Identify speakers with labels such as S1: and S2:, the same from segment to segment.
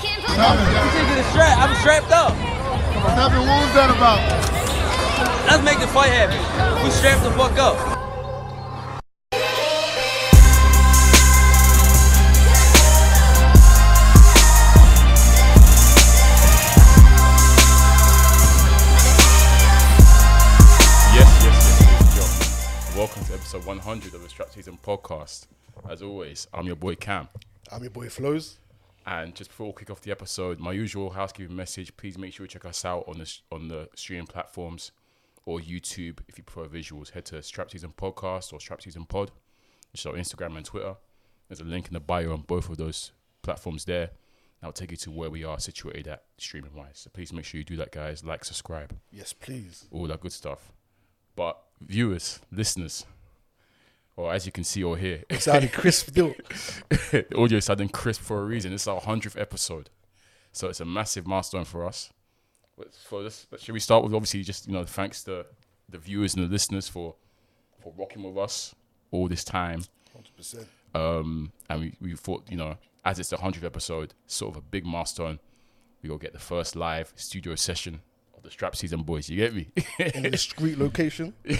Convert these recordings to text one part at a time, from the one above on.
S1: happened?
S2: This nigga is strapped. I'm strapped up.
S1: What happened? What was that about?
S2: Let's make the fight happen. We strapped the fuck up.
S3: Yes, yes, yes, yes, John. Welcome to episode 100 of the Strap Season podcast. As always, I'm your boy Cam.
S4: I'm your boy Flows.
S3: And just before we kick off the episode, my usual housekeeping message: please make sure you check us out on the on the streaming platforms or YouTube if you prefer visuals. Head to Strap Season Podcast or Strap Season Pod, which is our Instagram and Twitter. There's a link in the bio on both of those platforms there. That'll take you to where we are situated at streaming wise. So please make sure you do that, guys. Like, subscribe
S4: Yes, please.
S3: all that good stuff. But viewers, listeners, or as you can see or hear,
S4: Sounded crisp deal.
S3: the audio is sounding crisp for a reason. This is our hundredth episode, so it's a massive milestone for us. But For this, should we start with obviously just you know thanks to the viewers and the listeners for for rocking with us all this time.
S4: 100%.
S3: Um, and we, we thought, you know, as it's the 100th episode, sort of a big milestone. We go get the first live studio session of the Strap Season Boys. You get me?
S4: In a discreet location. the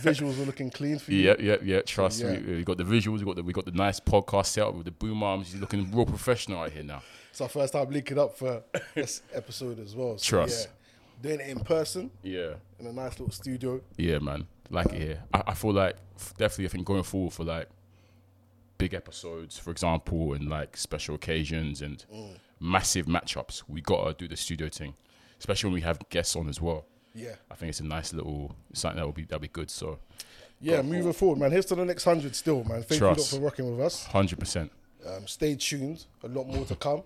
S4: visuals are looking clean for you.
S3: Yeah, yeah, yeah. Trust
S4: Yeah.
S3: We, we got the visuals. We got the we got the nice podcast set up with the boom arms. He's looking real professional out here now.
S4: It's our first time linking up for this episode as well. So,
S3: Trust.
S4: Yeah, doing it in person
S3: Yeah,
S4: in a nice little studio.
S3: yeah, man. Like it here. I, I feel like f- definitely. I think going forward for like big episodes, for example, and like special occasions and massive matchups, we gotta do the studio thing, especially when we have guests on as well.
S4: Yeah.
S3: I think it's a nice little something that will be that'll be good. So,
S4: Yeah, moving forward, man. Here's to the next 100 still, man. Thank you
S3: Trust.
S4: lot for rocking with us.
S3: hundred percent.
S4: Um, stay tuned. A lot more to come.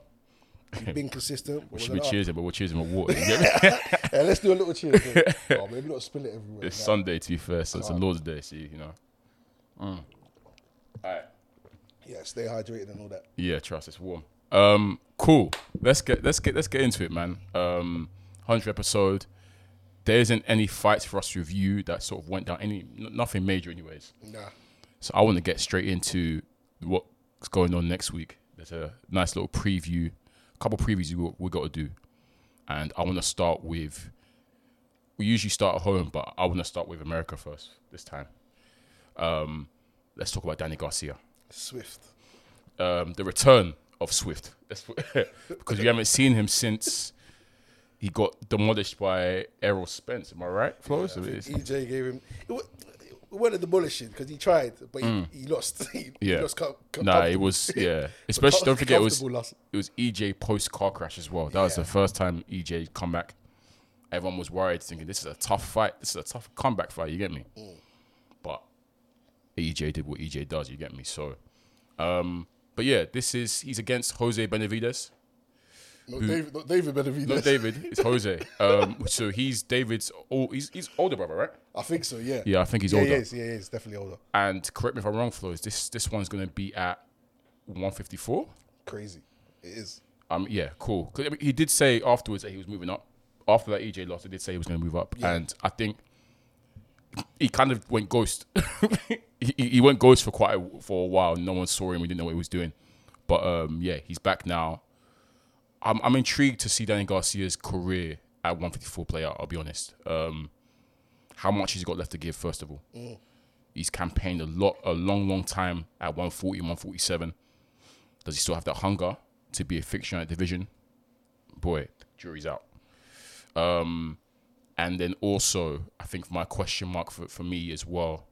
S4: We've been consistent. but
S3: Should
S4: we're
S3: we
S4: gonna-
S3: cheers him? But we'll cheers him with water. You get me?
S4: Yeah, let's do a little cheers. then. oh, maybe not spill it everywhere.
S3: It's
S4: man.
S3: Sunday, to be fair, so it's a Lord's Day. So you know. All right.
S4: Yeah, stay hydrated and all that.
S3: Yeah, trust it's warm. Um, cool. Let's get let's get let's get into it, man. Um, hundred episode. There isn't any fights for us to review that sort of went down. Any n- nothing major, anyways.
S4: Nah.
S3: So I want to get straight into what's going on next week. There's a nice little preview, a couple previews we we got to do, and I want to start with. We usually start at home, but I want to start with America first this time. Um, let's talk about Danny Garcia
S4: Swift.
S3: um, the return of Swift That's what- because we haven't seen him since he got demolished by Errol Spence. Am I right, Flo? So it is-
S4: EJ E gave him. It, wa- it wasn't demolishing because he tried, but he, he lost. he,
S3: Mm. yeah,
S4: lost com- com-
S3: nah, it was yeah. Especially don't forget it was
S4: comfortable loss.
S3: it was EJ post car crash as well. That was the first time EJ come back. Everyone was worried, thinking this is a tough fight. This is a tough comeback fight. You get me?
S4: Mm.
S3: But EJ did what EJ does. You get me? So, um, but yeah, this is he's against Jose Benavides.
S4: No, David, no, David Benavidez.
S3: Not David, it's Jose. Um, so he's David's. Old, he's he's older brother, right?
S4: I think so. Yeah.
S3: Yeah, I think he's
S4: yeah,
S3: older.
S4: he is, yeah, he is definitely older.
S3: And correct me if I'm wrong, Flo. Is this this one's gonna be at 154?
S4: Crazy. It is.
S3: Um, yeah, cool. 'Cause, I mean, he did say afterwards that he was moving up. After that EJ loss, he did say he was gonna move up, and I think he kind of went ghost. he, he he went ghost for quite a, for a while. No one saw him. We didn't know what he was doing. But um, yeah, he's back now. I'm I'm intrigued to see Danny Garcia's career at 154 play out. I'll be honest. Um, how much he's got left to give? First of all, he's campaigned a lot, a long, long time at 140, 147. Does he still have that hunger to be a fixture in that division? Boy, jury's out. Um, and then also, I think my question mark for, for me as well.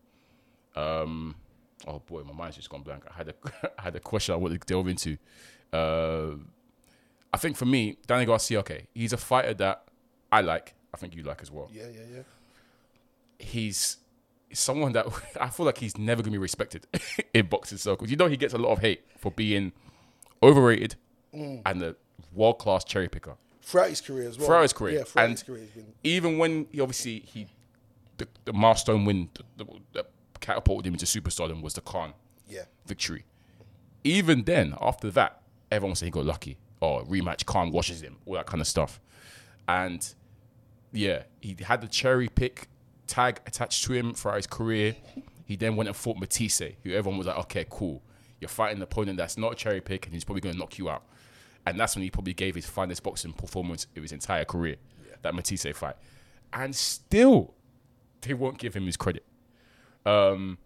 S3: Um, oh boy, my mind's just gone blank. I had a I had a question I wanted to delve into. Uh, I think for me, Danny Garcia, okay, he's a fighter that I like. I think you like as well.
S4: Yeah, yeah, yeah.
S3: He's someone that I feel like he's never gonna be respected in boxing circles. You know, he gets a lot of hate for being overrated and a world class cherry picker
S4: Throughout his career as well.
S3: throughout his career.
S4: Yeah, throughout
S3: and
S4: his career, he's been
S3: even when he obviously he the, the milestone win that that catapulted him into superstardom was the Khan
S4: yeah,
S3: victory. Even then, after that, everyone was saying he got lucky. Oh, rematch, Khan washes him, all that kind of stuff. And yeah, he had the cherry pick tag attached to him throughout his career. He then went and fought Matisse, who everyone was like, okay, cool. You're fighting an opponent that's not a cherry pick and he's probably going to knock you out. and that's when he probably gave his finest boxing performance of his entire career. That Matisse fight, and still, they won't give him his credit. Um,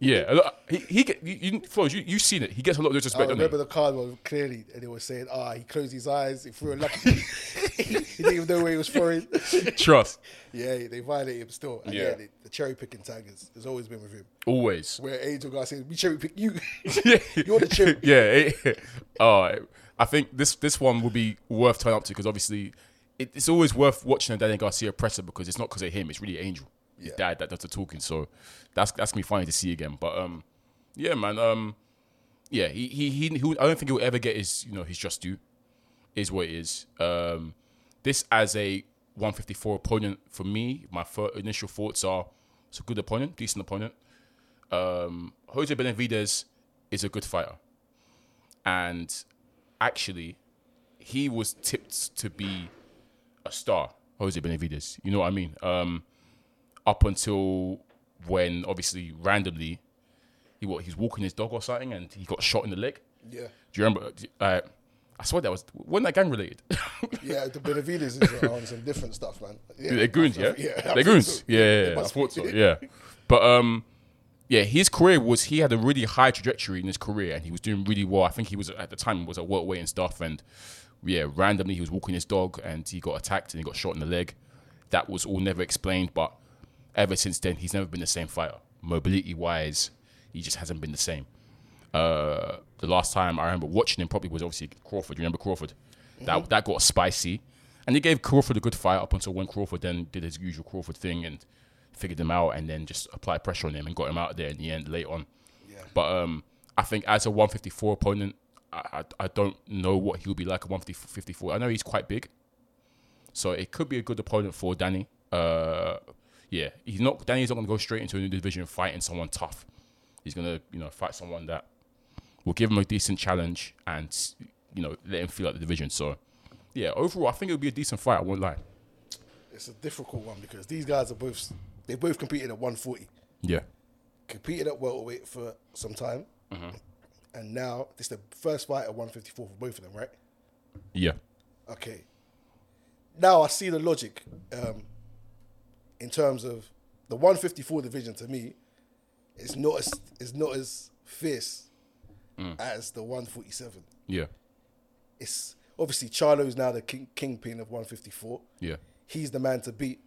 S3: yeah, a lot, he he get, you, you, Flores, you you've seen it. He gets a lot of
S4: I
S3: disrespect. doesn't he?
S4: remember the card was clearly, and they were saying, "Ah, he closed his eyes. He threw a lucky. he didn't even know where he was throwing."
S3: Trust
S4: yeah, they violate him still. And
S3: Yeah.
S4: yeah, the, the cherry picking tigers has always been with him.
S3: always.
S4: Where Angel guy says, "We cherry pick you.
S3: yeah.
S4: You're the cherry."
S3: yeah. it- oh, I think this this one will be worth turning up to because obviously it, it's always worth watching a Danny Garcia presser because it's not because of him. It's really Angel, his
S4: Yeah.
S3: dad, that does the talking. So that's that's gonna be funny to see again. But um, yeah, man. Um, yeah, he he he. he I don't think he'll ever get his you know his just due. Is what it is. Um, this as a 154 opponent for me. My fir- initial thoughts are it's a good opponent, decent opponent um, Jose Benavides is a good fighter, and actually, he was tipped to be a star. Jose Benavides, you know what I mean? Um, up until when, obviously, randomly, he what he was walking his dog or something, and he got shot in the leg.
S4: yeah,
S3: Do you remember? Uh, I swear that was wasn't that gang related?
S4: yeah. The Benavides is on some different stuff, man. Yeah,
S3: They're goons,
S4: I- I-
S3: yeah?
S4: I
S3: They're
S4: think
S3: goons.
S4: so.
S3: Yeah, yeah,
S4: they
S3: yeah. I
S4: must
S3: thought
S4: be.
S3: so, yeah. But um, yeah, his career was he had a really high trajectory in his career and he was doing really well. I think he was at the time was at welterweight and stuff and yeah, randomly he was walking his dog and he got attacked and he got shot in the leg. That was all never explained, but ever since then he's never been the same fighter. Mobility wise, he just hasn't been the same. Uh, the last time I remember watching him probably was obviously Crawford. You remember Crawford? That that got spicy, and he gave Crawford a good fight up until when Crawford then did his usual Crawford thing and figured him out, and then just applied pressure on him and got him out of there in the end late on. But um, I think as a 154 opponent, I, I I don't know what he'll be like at 154. I know he's quite big, so it could be a good opponent for Danny. Uh, yeah, he's not Danny's not going to go straight into a new division fighting someone tough. He's going to you know fight someone that will give him a decent challenge and you know let him feel out the division. So yeah, overall I think it'll be a decent fight. I won't lie.
S4: It's a difficult one because these guys are both they both competed at 140,
S3: Yeah,
S4: competed at welterweight for some time,
S3: Mm-hmm.
S4: and now this is the first fight at 154 for both of them, right?
S3: yeah,
S4: Okay. Now I see the logic um, in terms of the 154 division to me is not as, is not as fierce
S3: Mm.
S4: as the 147.
S3: yeah,
S4: It's obviously Charlo's now the king, kingpin of 154.
S3: yeah,
S4: He's the man to beat.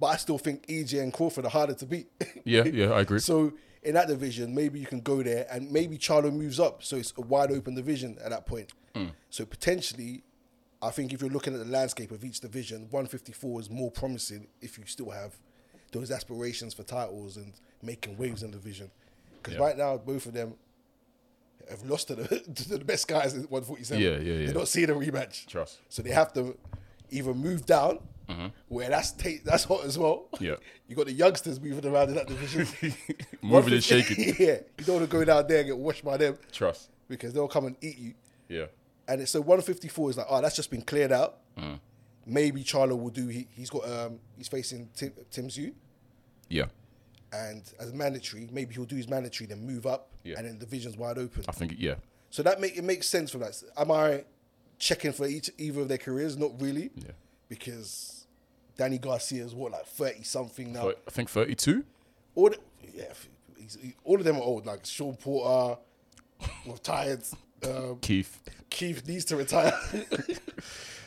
S4: But I still think EJ and Crawford are harder to beat.
S3: yeah, yeah. I agree.
S4: So in that division, maybe you can go there and maybe Charlo moves up. So it's a wide open division at that point.
S3: Mm.
S4: So potentially, I think if you're looking at the landscape of each division, 154 is more promising if you still have those aspirations for titles and making waves in the division. Because
S3: Yeah.
S4: right now, both of them have lost to the, to the best guys in 147.
S3: Yeah, yeah, yeah.
S4: They're not seeing a rematch.
S3: Trust. Mm-hmm.
S4: So they have to either move down, where that's ta- that's hot as well.
S3: Yeah.
S4: You got the youngsters moving around in that division.
S3: Moving and shaking.
S4: yeah. You don't want to go down there and get washed by them
S3: Trust.
S4: because they'll come and eat you.
S3: Yeah,
S4: And it's so 154 is like, oh, that's just been cleared out.
S3: Mm.
S4: Maybe Charlo will do. He, he's got um, he's facing Tim, Tim Zhu,
S3: yeah.
S4: and as mandatory, maybe he'll do his mandatory, then move up,
S3: Yeah.
S4: and then the division's wide open.
S3: I think yeah,
S4: So that make it makes sense for that. Am I checking for each either of their careers? Not really.
S3: Yeah.
S4: Because Danny Garcia is what like thirty something now.
S3: but I think thirty-two.
S4: All the, yeah, he's, he- all of them are old. Like Sean Porter, retired. Um,
S3: Keith.
S4: Keith needs to retire.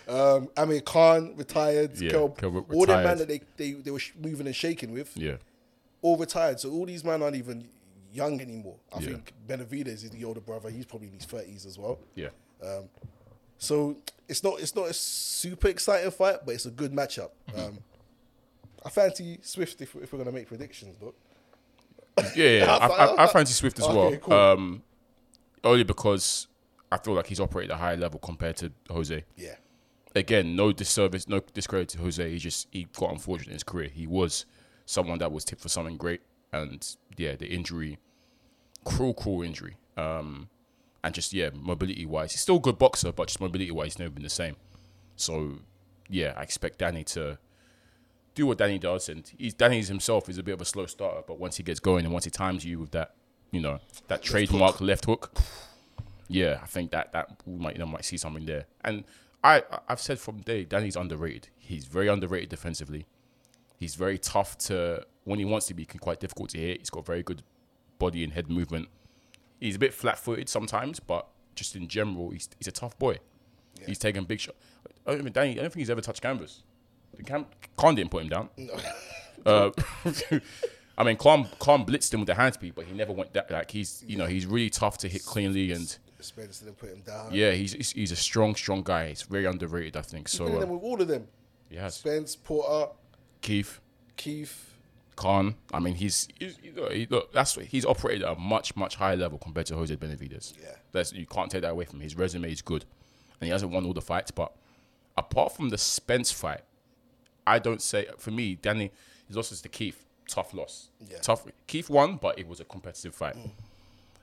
S4: um, Amir Khan retired.
S3: Yeah,
S4: Kel-
S3: Kel Brook
S4: all the man
S3: retired.
S4: that they, they they were sh- moving and shaking with,
S3: Yeah,
S4: all retired. So all these men aren't even young anymore. I
S3: Yeah.
S4: think Benavides is the older brother. He's probably in his thirties as well.
S3: yeah,
S4: Uh, So it's not it's not a super exciting fight, but it's a good matchup.
S3: Mm-hmm.
S4: Um, I fancy Swift if, if we're gonna make predictions, but
S3: yeah. yeah. I, I, I fancy Swift as well.
S4: Okay, cool.
S3: Um, only because I feel like he's operated at a higher level compared to Jose.
S4: yeah,
S3: again, no disservice, no discredit to Jose. He just he got unfortunate in his career. He was someone that was tipped for something great, and yeah, the injury, cruel, cruel injury. Um, and just yeah, mobility wise, he's still a good boxer, but just mobility wise, he's never been the same. So yeah, I expect Danny to do what Danny does, and he's Danny's himself is a bit of a slow starter, but once he gets going and once he times you with that, you know, that trademark left hook, yeah, I think that that we might you know, might see something there. And I I- I've said from day Danny's underrated. He's very underrated defensively. He's very tough to when he wants to be can quite difficult to hit. He's got very good body and head movement. He's a bit flat footed sometimes, but just in general, he's he's a tough boy. He's taking big shots. I don't even Danny. I don't think he's ever touched canvas. The Cam, Khan didn't put him down. Uh, I mean, Khan, Khan blitzed him with the handspeed, but he never went that. Like he's, you know, he's really tough to hit cleanly, and
S4: Spence didn't put him down.
S3: yeah, he's he's- he's a strong, strong guy. He's very underrated, I think. So
S4: Put him
S3: uh,
S4: with all of them.
S3: yes,
S4: Spence, Porter,
S3: Keith,
S4: Keith.
S3: Khan. I mean, he's, he's you know, he, look, that's he's operated at a much, much higher level compared to Jose Benavides.
S4: Yeah.
S3: that's you can't take that away from him. His resume is good, and he hasn't won all the fights. But apart from the Spence fight, I don't say for me, Danny. His loss is to Keith. Tough loss.
S4: Yeah.
S3: Tough. Keith won, but it was a competitive fight.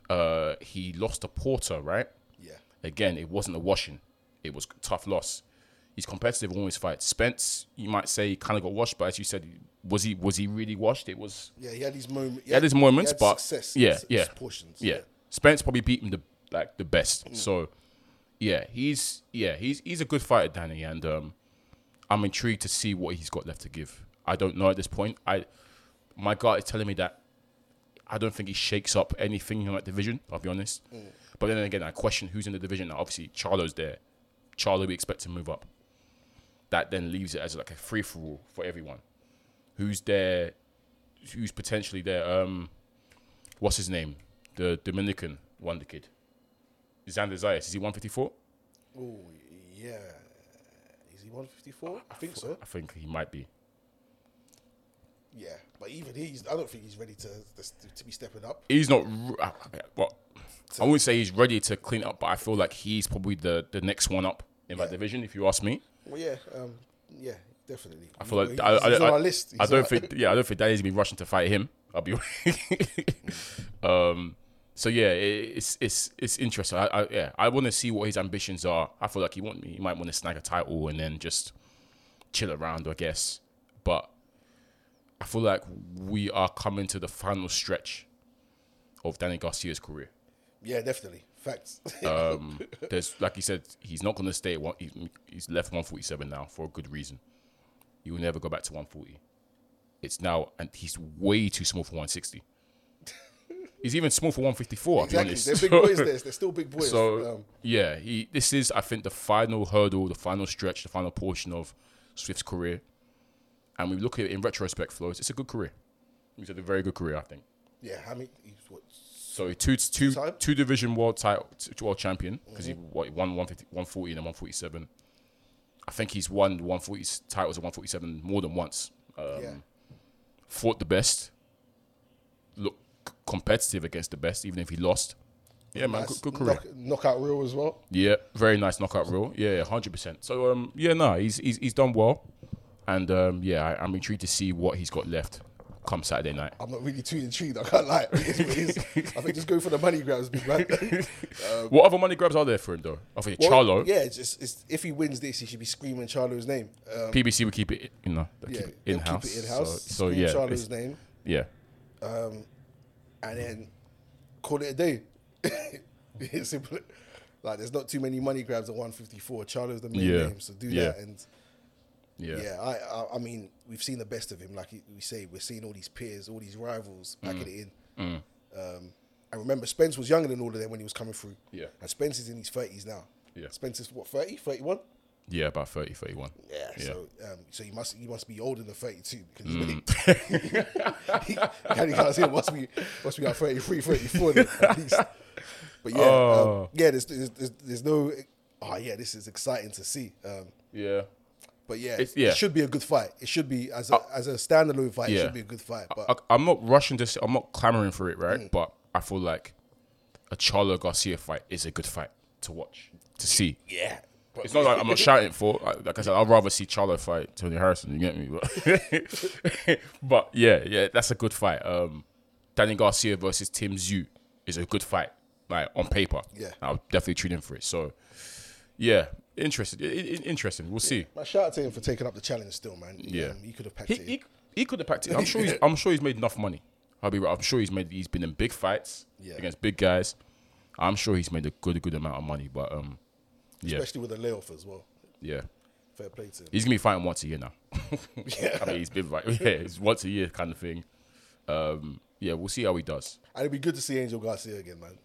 S3: Uh, he lost to Porter, right?
S4: Yeah.
S3: Again, it wasn't a washing. It was tough loss. He's competitive in all his fights. Spence, you might say, he kind of got washed, but as you said, was he was he really washed? It was
S4: Yeah, he had these moments. He
S3: had his moments,
S4: he had
S3: but-
S4: success.
S3: yeah,
S4: s-
S3: yeah.
S4: Portions.
S3: yeah. Spence probably beat him the like the best. So yeah, he's yeah he's he's a good fighter, Danny, and um, I'm intrigued to see what he's got left to give. I don't know at this point. I my gut is telling me that I don't think he shakes up anything in that division. I'll be honest. But then again, I question who's in the division. Now, obviously, Charlo's there. Charlo, we expect to move up. That then leaves it as like a free for all for everyone. Who's there? Who's potentially there? Um, what's his name? The Dominican wonder kid, Xander Zayas. Is he 154?
S4: Oh, yeah. Is he 154? I think so.
S3: I think he might be.
S4: Yeah, but even he's. I don't think he's ready to to, to be stepping up.
S3: he's not. r- I- I- Well, I wouldn't say he's ready to clean up, but I feel like he's probably the, the next one up in that division. If you ask me,
S4: Well, yeah, um, yeah, definitely.
S3: I feel like
S4: he's,
S3: I, I,
S4: he's
S3: I-
S4: on our list.
S3: I
S4: He's
S3: don't
S4: on-
S3: think. Yeah, I don't think Danny's been rushing to fight him. I'll be. um. So yeah, it, it's it's it's interesting. I, I yeah, I want to see what his ambitions are. I feel like he want he might want to snag a title and then just chill around, I guess. But I feel like we are coming to the final stretch of Danny Garcia's career.
S4: Yeah, definitely. Facts.
S3: Um, there's like he said, he's not going to stay at one. He's, he's left 147 now for a good reason. He will never go back to 140. It's now, and he's way too small for 160. he's even small for 154. I'll be
S4: exactly.
S3: honest.
S4: They're big boys. There. They're still big boys.
S3: So
S4: um,
S3: yeah, he, this is I think the final hurdle, the final stretch, the final portion of Swift's career. And we look at it in retrospect, flows. It's a good career. He's had a very good career, I think.
S4: yeah, I mean, he's what?
S3: So two two
S4: Time?
S3: two division world title t- world champion because he what, he won 150, 140 and then 147. I think he's won 140 s- titles at 147 more than once. Um,
S4: yeah,
S3: Fought the best, looked c- competitive against the best, even if he lost. Yeah, man,
S4: Nice
S3: good, good career.
S4: knock- knockout reel as well.
S3: Yeah, very nice knockout rule. Yeah, hundred percent. So um, yeah, no, he's he's, he's done well, and um, yeah, I, I'm intrigued to see what he's got left come Saturday night.
S4: I'm not really too intrigued. I can't lie. It is what it is. I think just go for the money grabs, big man.
S3: what other money grabs are there for him though? I think Charlo.
S4: Yeah, it's just it's, if he wins this, he should be screaming Charlo's name. Um,
S3: PBC would keep it, you know, they'll
S4: yeah,
S3: keep it
S4: they'll
S3: in house.
S4: Keep it in house.
S3: So, so
S4: scream
S3: yeah,
S4: Charlo's
S3: it's-
S4: name,
S3: yeah,
S4: and then call it a day. it's simple. Like there's not too many money grabs at 154. Charlo's the main
S3: Yeah.
S4: name, so do
S3: Yeah.
S4: that and.
S3: yeah,
S4: Yeah, I, I I mean, we've seen the best of him. Like we say, we're seeing all these peers, all these rivals back
S3: Mm.
S4: at it in. Um, and remember, Spence was younger than all of them when he was coming through.
S3: Yeah.
S4: And Spence is in his 30s now.
S3: Yeah.
S4: Spence is, what, 30, 31?
S3: yeah. About 30, 31.
S4: Yeah,
S3: Yeah. Mm.
S4: so um, so you must you must be older than thirty two because Danny Garcia must be must be like 33, 34 then, at least. But yeah, um,
S3: Oh.
S4: yeah, there's, there's there's there's no oh yeah, this is exciting to see. Um,
S3: Yeah,
S4: but yeah,
S3: It's- yeah. Uh,
S4: it should be a good fight. It should be as a as a standalone fight. It
S3: yeah.
S4: should be a good fight. But
S3: I, I'm not rushing to. s- I'm not clamoring for it,
S4: Mm.
S3: right? But I feel like a Charlo Garcia fight is a good fight to watch, to see.
S4: yeah,
S3: It's not like I'm not shouting for. Like, like I said, I'd rather see Charlo fight Tony Harrison. You get me? But, but yeah, yeah, that's a good fight. Um, Danny Garcia versus Tim Zhu is a good fight, like on paper.
S4: Yeah.
S3: I'll definitely tune in for it. So, yeah, interesting. I- I- interesting. We'll see.
S4: my shout out to him for taking up the challenge still, man.
S3: Yeah.
S4: um, he could have packed
S3: He,
S4: it. in.
S3: he, he could have packed it. I'm sure. He's, I'm sure he's made enough money. I'll be right. I'm sure he's made. He's been in big fights
S4: Yeah.
S3: against big guys. I'm sure he's made a good good amount of money, but um, yeah,
S4: especially with the layoff as well.
S3: yeah,
S4: Fair play to him.
S3: he's gonna be fighting once a year now.
S4: Yeah.
S3: I mean, he's been right, yeah, it's once a year kind of thing. Um, yeah, we'll see how he does.
S4: And it'd be good to see Angel Garcia again, man.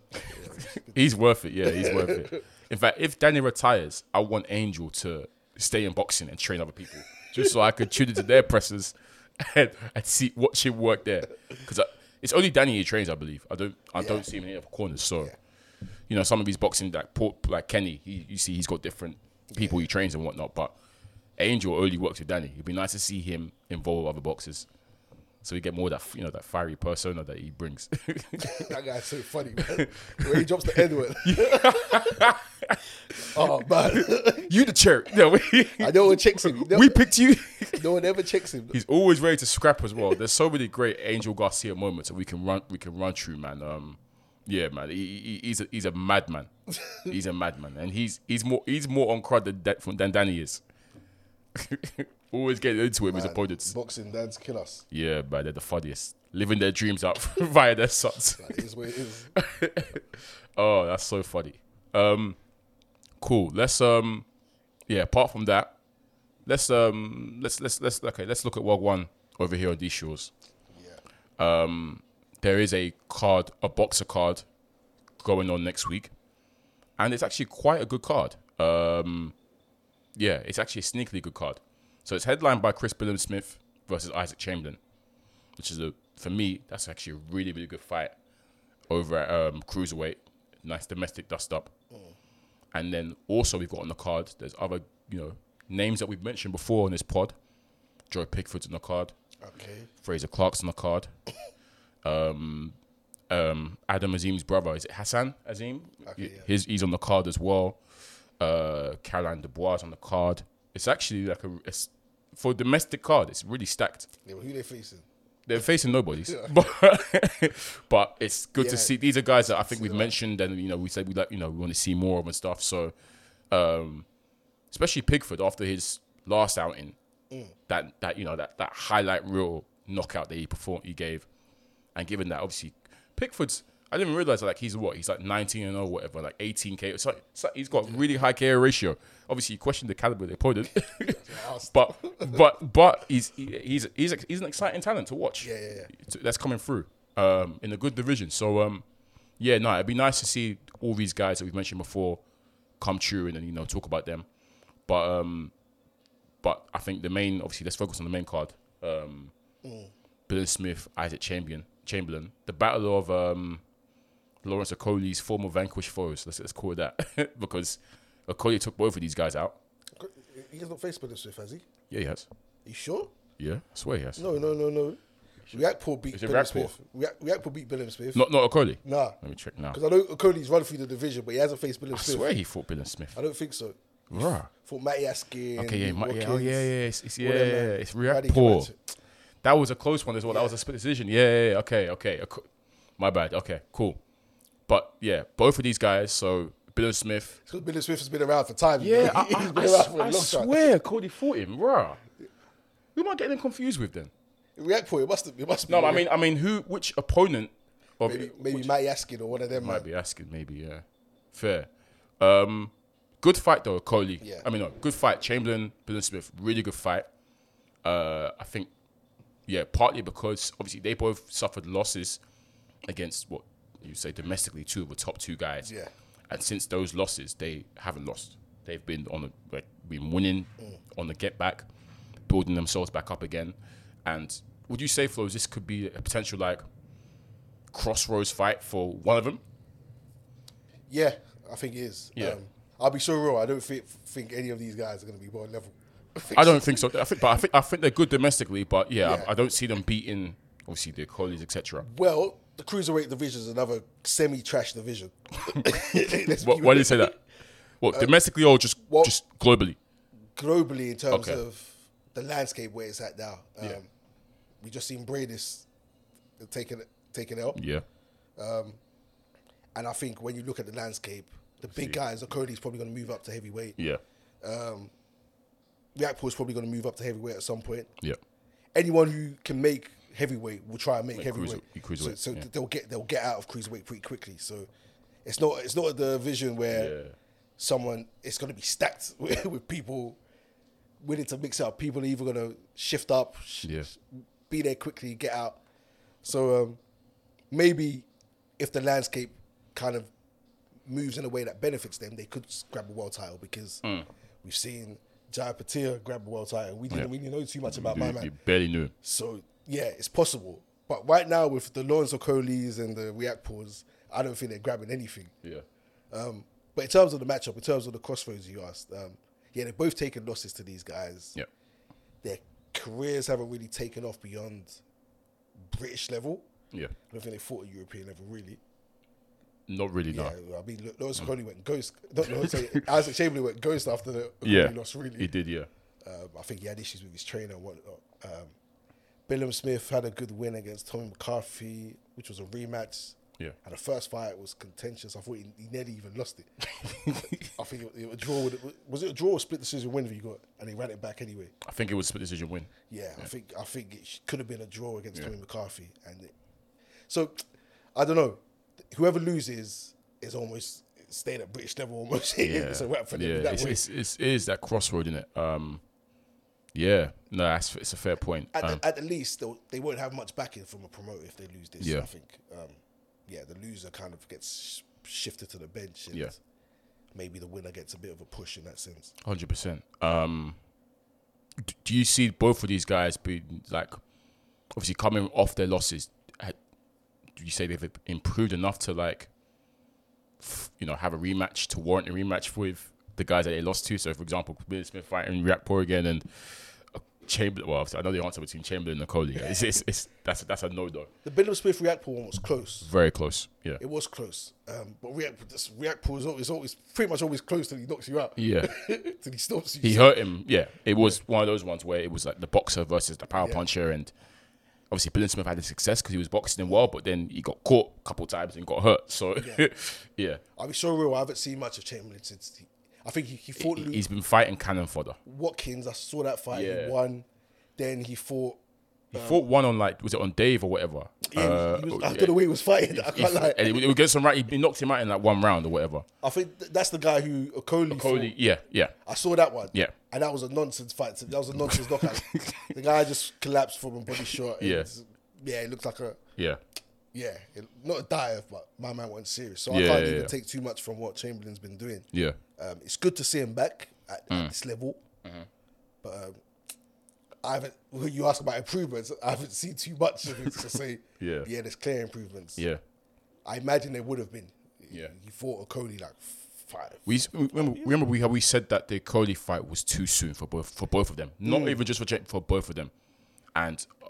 S3: He's worth it. Yeah, he's worth it. In fact, if Danny retires, I want Angel to stay in boxing and train other people, just so I could tune into their presses and, and see watch him work there. Because it's only Danny he trains, I believe. I don't, I don't see him in any other corners. So, you know, some of his boxing like Port, like Kenny, he, you see he's got different people he trains and whatnot. But Angel only works with Danny. It'd be nice to see him involve other boxers. So we get more of that, you know, that fiery persona that he brings.
S4: That guy's so funny, man. Where he drops the N word. oh, man.
S3: you the cherry. No, we-
S4: I no one checks him. No,
S3: we picked you.
S4: no one ever checks him.
S3: He's always ready to scrap as well. There's so many great Angel Garcia moments that we can run we can run through, man. Um, yeah, man. He, he, he's a he's a madman. He's a madman, and he's he's more he's more on crud than, Da- than Danny is. always getting into him his
S4: Man,
S3: opponents.
S4: Boxing, dads kill us.
S3: Yeah, man. They're the funniest, living their dreams out via their sons.
S4: It is what it is.
S3: oh, that's so funny. Um, cool. Let's um, yeah. Apart from that, let's um, let's let's let's okay. Let's look at World One over here on these shores. Um,
S4: Yeah.
S3: There is a card, a boxer card, going on next week, and it's actually quite a good card. Um, yeah, it's actually a sneakily good card. So it's headlined by Chris Billum Smith versus Isaac Chamberlain, which is a for me that's actually a really really good fight over at um, cruiserweight. Nice domestic dust up.
S4: Mm.
S3: And then also we've got on the card. There's other you know names that we've mentioned before on this pod. Joe Pickford's on the card.
S4: Okay.
S3: Fraser Clark's on the card. Um, um, Adam Azim's brother is it Hassan Azim?
S4: Okay, yeah.
S3: His he's on the card as well. Uh, Caroline Dubois is on the card. It's actually like a it's, for a domestic card. It's really stacked.
S4: Yeah, but who they facing?
S3: They're facing nobodies, but, but it's good
S4: Yeah.
S3: to see. These are guys that I think we've mentioned, and you know we said we like you know we want to see more of and stuff. So, um, especially Pigford after his last outing, that that you know that that highlight reel knockout that he performed, he gave, and given that obviously Pickford's, I didn't realize like he's what he's like 19 and 0 whatever, like 18 k. It's like, it's like he's got really high KO ratio. Obviously, you question the caliber of the opponent, but but but he's he- he's he's ex- he's an exciting talent to watch.
S4: Yeah, yeah,
S3: yeah. That's coming through um, in a good division. So um, yeah, no, it'd be nice to see all these guys that we've mentioned before come true and then you know talk about them. But um, but I think the main, obviously, let's focus on the main card. Um,
S4: Mm.
S3: Bill Smith, Isaac Chamberlain, Chamberlain, the battle of um, Lawrence Okoli's former vanquished foes. Let's let's call it that because Okoli took both of these guys out.
S4: He has not faced Brendan Swift, has he?
S3: Yeah, he has.
S4: You sure?
S3: Yeah, I swear he has.
S4: No, no, no, no. Reactpool beat
S3: it
S4: Billum
S3: Reactpool?
S4: Smith. React, Reactpool beat Billum Smith.
S3: Not not Okoli.
S4: Nah.
S3: Let me check now.
S4: Because I know Cody's run through the division, but he hasn't faced Billum
S3: I
S4: Smith.
S3: swear he fought Bill Smith.
S4: I don't think so.
S3: Rah.
S4: For Matty Askin.
S3: Okay, yeah,
S4: Luke
S3: my, yeah, oh,
S4: Watkins.
S3: yeah, yeah, it's, it's, yeah,
S4: all them,
S3: yeah,
S4: man.
S3: yeah, it's React
S4: Radical
S3: Poor.
S4: attitude.
S3: That was a close one as well. That was a split decision. Yeah, yeah, yeah. okay, okay, ok- my bad. Okay, cool. But yeah, both of these guys. So Bill Smith.
S4: Because Billum Smith has been around for time. you
S3: Yeah,
S4: know.
S3: I,
S4: He's
S3: I,
S4: been
S3: I,
S4: around
S3: s-
S4: for a
S3: I
S4: long time.
S3: swear, Cody fought him. Rah. Who am I getting confused with then?
S4: Reactpool, it must have, it must have
S3: No,
S4: been
S3: I mean, I mean, who? Which opponent? Of,
S4: Maybe, maybe Matty Askin or one of them.
S3: might
S4: man.
S3: be asking, maybe, yeah. Fair. Um, good fight though, Coley.
S4: Yeah.
S3: I mean, no, good fight. Chamberlain, Bill Smith, really good fight. Uh, I think, yeah, partly because obviously they both suffered losses against what you say domestically two of the top two guys.
S4: Yeah.
S3: And since those losses, they haven't lost. They've been on the like, been winning
S4: Mm.
S3: on the get back, building themselves back up again. And would you say, Flows, this could be a potential like crossroads fight for one of them?
S4: Yeah, I think it is. Um,
S3: Yeah.
S4: I'll be so real. I don't think, think any of these guys are going to be world level.
S3: I don't think so. I think, but I think I think they're good domestically. But yeah,
S4: Yeah.
S3: I, I don't see them beating obviously the Collies, etc.
S4: Well, the cruiserweight division is another semi-trash division. Let's
S3: What,
S4: keep
S3: why
S4: it
S3: do you say that? What domestically or just
S4: Uh, well-
S3: just globally?
S4: globally in terms
S3: Okay.
S4: of the landscape where it's at now. Um,
S3: Yeah.
S4: We just seen Bradis taking taking out,
S3: Yeah,
S4: and I think when you look at the landscape, the big guys, Cody's probably going to move up to heavyweight.
S3: yeah,
S4: Reactpool's probably going to move up to heavyweight at some point.
S3: yeah.
S4: Anyone who can make heavyweight will try and make
S3: cruiser-
S4: heavyweight.
S3: cruiserweight,
S4: so so
S3: yeah.
S4: they'll get they'll get out of cruiserweight pretty quickly. So It's not it's not the division where
S3: Yeah.
S4: someone it's gonna be stacked with, with people willing to mix it up. People are either gonna shift up, sh-
S3: Yeah.
S4: be there quickly, get out. So um, maybe if the landscape kind of moves in a way that benefits them, they could s- grab a world title because
S3: Mm.
S4: we've seen Jai Patir grab a world title. We didn't
S3: Yeah.
S4: really know too much about
S3: you,
S4: my
S3: you
S4: man.
S3: barely knew. him.
S4: So yeah, it's possible. But right now with the Lawrence Okolis and the React Pools, I don't think they're grabbing anything.
S3: Yeah.
S4: Um, but in terms of the matchup, in terms of the crossroads you asked, um, yeah, they've both taken losses to these guys.
S3: Yeah.
S4: Their careers haven't really taken off beyond British level.
S3: Yeah.
S4: I don't think they fought at European level really.
S3: Not really.
S4: Yeah,
S3: No. Mm.
S4: I mean Law- Lawrence Okoli went ghost. Not Lawrence, sorry, Isaac Chamberlain went ghost after the
S3: Yeah.
S4: Okoli loss. Really,
S3: He did. Yeah.
S4: um, I think he had issues with his trainer and whatnot. Um, Billum Smith had a good win against Tommy McCarthy, which was a rematch.
S3: Yeah.
S4: And the first fight was contentious. I thought he, he nearly even lost it. I think it, it was a draw. With, was it a draw or split decision win that you got? And they ran it back anyway.
S3: I think it was split decision win.
S4: Yeah, I think I think it sh- could have been a draw against Tommy McCarthy, and it, so I don't know. Whoever loses is almost staying at British level almost. it's a wrap for them.
S3: Yeah,
S4: that
S3: it's,
S4: way.
S3: it's, it's, it is that crossroad, is it? Um, yeah, no, that's, it's a fair point.
S4: at,
S3: Um,
S4: the, at the least, they'll, they won't have much backing from a promoter if they lose this.
S3: Yeah.
S4: I think. Um, yeah, the loser kind of gets sh- shifted to the bench. And
S3: Yeah.
S4: Maybe the winner gets a bit of a push in that sense.
S3: Hundred percent. Um, d- do you see both of these guys being like, obviously coming off their losses? ha- Do you say they've improved enough to like, f- you know, have a rematch to warrant a rematch with the guys that they lost to? So, for example, Will Smith fighting React Poor again and uh, Chamberlain. Well, I know the answer between Chamberlain and Coley. It's, it's, it's that's that's a no though.
S4: The Billum Smith React Pool one was close.
S3: Very close. Yeah.
S4: It was close. Um, but React this React Pool is always, always pretty much always close till he knocks you out.
S3: Yeah.
S4: till he stops you.
S3: he hurt him. Yeah, it was one of those ones where it was like the boxer versus the power
S4: Yeah.
S3: puncher, and obviously Billion Smith had his success because he was boxing well, but then he got caught a couple times and got hurt. So yeah,
S4: Yeah.
S3: yeah.
S4: I'll be so real. I haven't seen much of Chamberlain since. He, I think he, he fought
S3: He-
S4: Luke
S3: he's been fighting cannon fodder.
S4: Watkins. I saw that fight.
S3: Yeah.
S4: He won. Then he fought.
S3: He fought one on like was it on Dave or whatever?
S4: Yeah,
S3: Uh,
S4: he was,
S3: oh,
S4: I don't
S3: yeah.
S4: know where he was fighting. I
S3: He-
S4: can't lie.
S3: and it, it was some right. He knocked him out in like one round or whatever.
S4: I think th- that's the guy who Okoli.
S3: Coley,
S4: fought.
S3: yeah, yeah,
S4: I saw that one.
S3: Yeah.
S4: And that was a nonsense fight. That was a nonsense knockout. The guy just collapsed from a body shot. and
S3: Yeah.
S4: Yeah, it looked like a
S3: yeah,
S4: yeah, it, not a dive, but my man wasn't serious. So I
S3: Yeah,
S4: can't
S3: yeah,
S4: even
S3: yeah.
S4: take too much from what Chamberlain's been doing.
S3: yeah.
S4: Um, it's good to see him back at, at
S3: Mm.
S4: this level,
S3: Mm-hmm.
S4: but um, I haven't. When you ask about improvements, I haven't seen too much of it to say.
S3: Yeah.
S4: yeah, there's clear improvements.
S3: yeah.
S4: I imagine there would have been.
S3: Yeah.
S4: he fought a Cody like five.
S3: We s- we- remember, remember we we said that the Coley fight was too soon for both for both of them. Not even just for Jake, for both of them. And uh,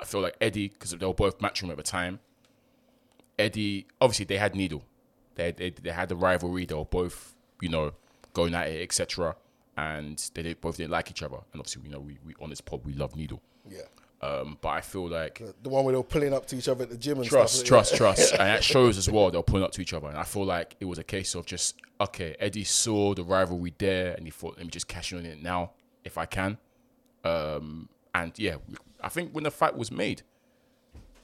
S3: I feel like Eddie because they were both matchroom at the time. Eddie obviously they had needle, they they, they had the rivalry. They were both you know going at it etc. And they did, both didn't like each other. And obviously you know we, we on this pod we love needle.
S4: yeah.
S3: Um, but I feel like
S4: The one where they were pulling up to each other at the gym and
S3: trust,
S4: stuff.
S3: trust, trust, and that shows as well they're pulling up to each other. And I feel like it was a case of just okay, Eddie saw the rivalry there, and he thought, let me just cash in on it now if I can. Um, and yeah, I think when the fight was made,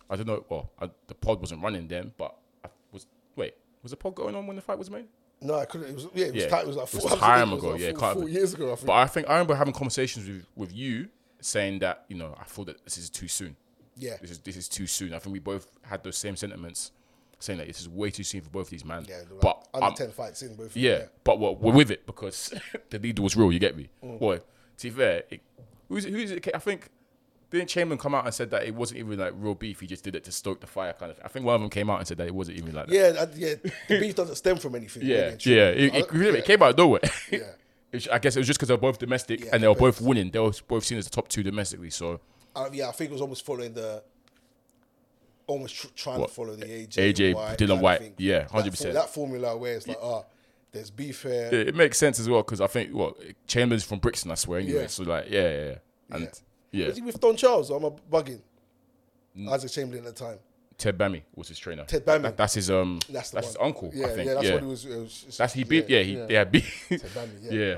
S3: I don't know. Well, I, the pod wasn't running then, but I was wait, was the pod going on when the fight was made?
S4: No, I couldn't. It was, yeah, it was,
S3: Yeah.
S4: Time, it was like
S3: It was
S4: four, I think
S3: time
S4: it was
S3: ago,
S4: like
S3: yeah,
S4: four,
S3: can't
S4: four
S3: be-
S4: years ago. I think.
S3: But I think I remember having conversations with, with you saying that you know I feel that this is too soon.
S4: yeah,
S3: this is this is too soon. I think we both had those same sentiments, saying that this is way too soon for both these men.
S4: yeah. they were Like
S3: but
S4: under
S3: um,
S4: ten fights in both. of them,
S3: yeah, but we're, we're with it because the leader was real. You get me?
S4: Mm.
S3: Boy, to be fair, it, who's who's it? I think didn't Chamberlain come out and said that it wasn't even like real beef. He just did it to stoke the fire, kind of. I think one of them came out and said that it wasn't even like that.
S4: yeah, that- yeah. The beef doesn't stem from anything.
S3: Yeah,
S4: really,
S3: yeah.
S4: truly.
S3: It, it,
S4: I-
S3: really, it came out of nowhere.
S4: Yeah.
S3: It's- I guess it was just because they're both domestic
S4: Yeah,
S3: and they were
S4: both.
S3: both winning. They were both seen as the top two domestically. So
S4: I, yeah, I think it was almost following the. Almost tr- trying
S3: What?
S4: to follow the AJ,
S3: AJ
S4: White
S3: Dylan
S4: kind of
S3: White,
S4: thing.
S3: yeah,
S4: That fo-
S3: 100%.
S4: That formula where it's like, ah, there's beef here.
S3: it, it makes sense as well because I think what Chambers from Brixton, I swear. Anyway,
S4: Yeah.
S3: so like, yeah, yeah, yeah. and yeah,
S4: Was he with Don Charles? Or am I bugging? Isaac Chamberlain at the time.
S3: Ted Bammy was his trainer.
S4: Ted Bammy.
S3: That- that's his um. That's,
S4: That's the
S3: his
S4: one.
S3: uncle.
S4: Yeah,
S3: I think.
S4: yeah,
S3: Yeah,
S4: that's what he was. It was it's-
S3: That's he beat. Yeah, he yeah, beat.
S4: Bammy,
S3: yeah.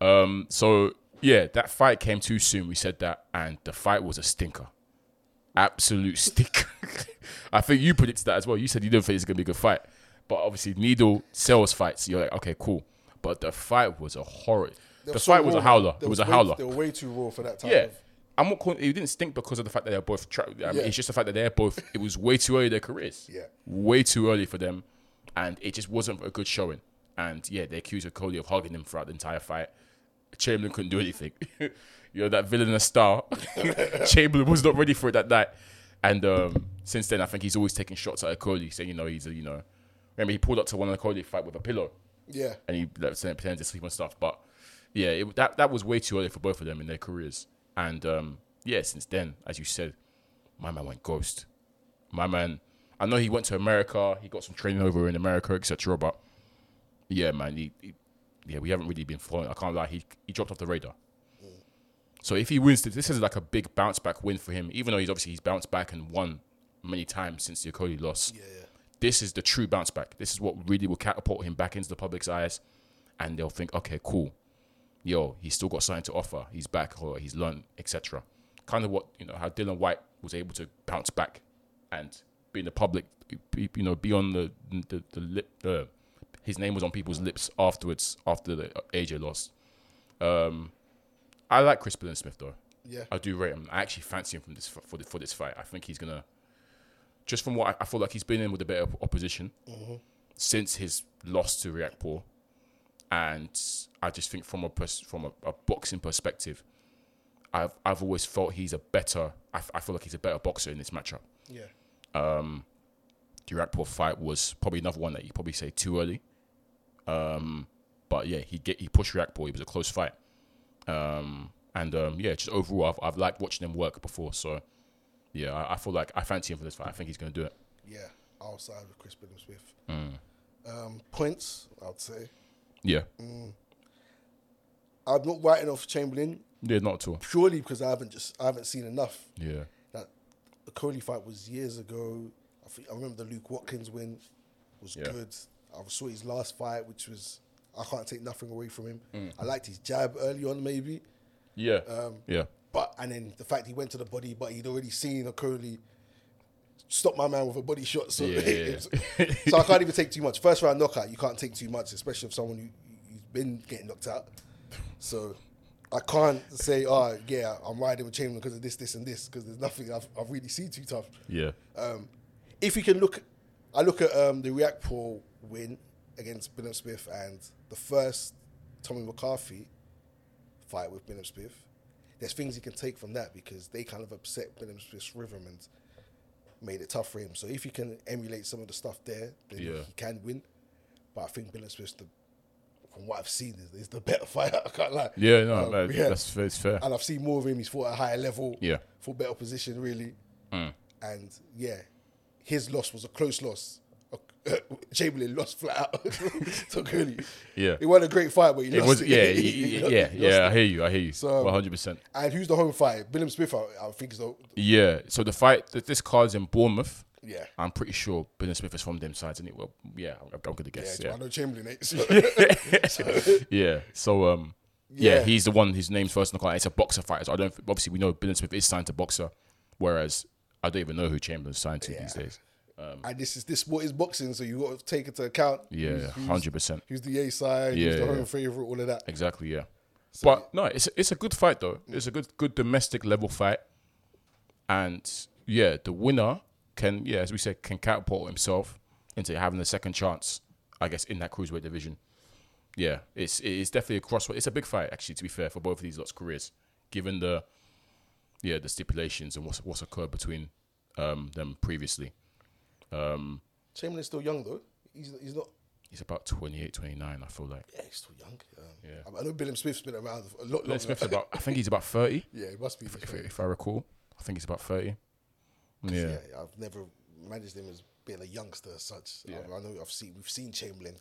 S4: yeah.
S3: Um. So yeah, that fight came too soon. We said that, and the fight was a stinker. Absolute stinker. I think you predicted that as well. You said you didn't think it's gonna be a good fight, But obviously, Needle sells fights. You're like, okay, cool. But the fight was a horror.
S4: They
S3: The
S4: were so
S3: fight was
S4: raw,
S3: a howler.
S4: they
S3: It was
S4: were
S3: a
S4: way-
S3: howler.
S4: They were way too raw for that type
S3: Yeah.
S4: of.
S3: I'm not calling. It didn't stink because of the fact that they're both. Tra- I mean,
S4: Yeah.
S3: It's just the fact that they're both. It was way too early in their careers.
S4: Yeah.
S3: Way too early for them, and it just wasn't a good showing. And yeah, they accused Cody of hugging him throughout the entire fight. Chamberlain couldn't do anything. you know that villainous star. Chamberlain was not ready for it that night, and um, since then I think he's always taking shots at Cody, saying you know he's a, you know. Remember he pulled up to one of the Cody fight with a pillow
S4: Yeah.
S3: and he like, saying- pretended to sleep and stuff. But yeah, it, that that was way too early for both of them in their careers. And um, yeah, since then, as you said, my man went ghost. My man, I know he went to America. He got some training over in America, etc. But yeah, man, he, he- yeah, we haven't really been following. I can't lie, he he dropped off the radar. So if he wins, this this is like a big bounce back win for him. Even though he's obviously he's bounced back and won many times since the Cody loss
S4: Yeah. yeah.
S3: this is the true bounce back. This is what really will catapult him back into the public's eyes, and they'll think, okay, cool, yo, he's still got something to offer. He's back, or he's learned, etc. Kind of what you know how Dylan White was able to bounce back and be in the public, be, you know, be on the the, the lip. The, his name was on people's lips afterwards after the AJ loss. Um, I like Chris Billin Smith though.
S4: Yeah.
S3: I do rate him. I actually fancy him from this for the, for this fight. I think he's gonna just from what I, I feel like he's been in with a bit of opposition since his loss to React Poor, and I just think from a pers- from a, a boxing perspective, I've I've always felt he's a better. I, f- I feel like he's a better boxer in this matchup.
S4: Yeah.
S3: The React Poor fight was probably another one that you probably say too early, um, but yeah, he get he pushed React Poor. It was a close fight, um, and um, yeah, just overall, I've, I've liked watching him work before. So yeah, I, I feel like I fancy him for this fight. I think he's gonna do it.
S4: Yeah. Outside with Chris Billings Smith.
S3: Mm.
S4: Um, points, I'd say.
S3: Yeah,
S4: I'm not writing off Chamberlain
S3: yeah, not at all.
S4: purely because I haven't just I haven't seen enough.
S3: Yeah.
S4: That the Coley fight was years ago. I, think, I remember the Luke Watkins win was
S3: Yeah.
S4: good. I saw his last fight, which was I can't take nothing away from him.
S3: Mm.
S4: I liked his jab early on, maybe,
S3: Yeah.
S4: Um,
S3: yeah.
S4: but and then the fact he went to the body, but he'd already seen a Coley stop my man with a body shot. So,
S3: Yeah, yeah, yeah.
S4: so I can't even take too much. First round knockout, you can't take too much, especially if someone who, who's been getting knocked out. So I can't say, oh yeah, I'm riding with Chamberlain because of this, this, and this, because there's nothing I've, I've really seen too tough
S3: Yeah.
S4: uh, if you can look, I look at um, the React Pro win against Billup Smith and the first Tommy McCarthy fight with Billup Smith. There's things you can take from that because they kind of upset Billup Smith's rhythm and made it tough for him. So if you can emulate some of the stuff there, then
S3: Yeah.
S4: he can win. But I think Billup Smith's the, from what I've seen, is, is the better fighter. I can't lie.
S3: yeah, no,
S4: Um,
S3: that-
S4: yeah.
S3: that's fair. It's fair.
S4: and I've seen more of him. He's fought at a higher level.
S3: Yeah. Mm.
S4: Fought better position, really. And yeah, his loss was a close loss. Chamberlain lost flat out to Cooley.
S3: Yeah.
S4: It wasn't a great fight, but he
S3: It
S4: lost.
S3: was,
S4: it.
S3: yeah,
S4: He
S3: yeah,
S4: lo-
S3: yeah,
S4: he lost
S3: yeah. I
S4: it.
S3: hear you. I hear you.
S4: So- um,
S3: 100%.
S4: And who's the home fight? William Smith, I, I think, is the.
S3: Yeah. So the fight, th- this card's in Bournemouth.
S4: Yeah.
S3: I'm pretty sure Billy Smith is from them sides, isn't it? Well, yeah, I'm, I'm going to guess.
S4: Yeah,
S3: Yeah.
S4: I know Chamberlain, ain't. So,
S3: yeah. So um, yeah.
S4: Yeah.
S3: he's the one. His name's first in the card. It's a boxer fight. So I don't. Obviously, we know Billy Smith is signed to boxer, whereas I don't even know who Chamberlain's signed to these days.
S4: and this is this sport is boxing, so you got to take into account.
S3: Yeah,
S4: who's- who's-
S3: hundred percent.
S4: Who's the A side?
S3: Yeah,
S4: who's the
S3: yeah.
S4: home favorite? All of that.
S3: Exactly, yeah. but no, it's it's a good fight though. It's a good good domestic level fight, and yeah, the winner can yeah, as we said, can catapult himself into having a second chance, I guess, in that cruiserweight division. Yeah, it's it's definitely a crossroad. It's a big fight actually, to be fair, for both of these lots' careers, given the yeah the stipulations and what's what's occurred between um, them previously.
S4: Chamberlain's still young though. He's he's not.
S3: He's about 28, 29, I feel like.
S4: Yeah, he's still young. Um,
S3: Yeah.
S4: I- I know Billiam Smith's been around a lot
S3: Lenny
S4: longer.
S3: Smith's about, I think he's about 30,
S4: Yeah, it must be.
S3: if,
S4: different.
S3: if I recall. I think he's about 30.
S4: Yeah.
S3: Yeah.
S4: I've never managed him as being a youngster as such.
S3: Yeah.
S4: I, I know I've seen we've seen Chamberlain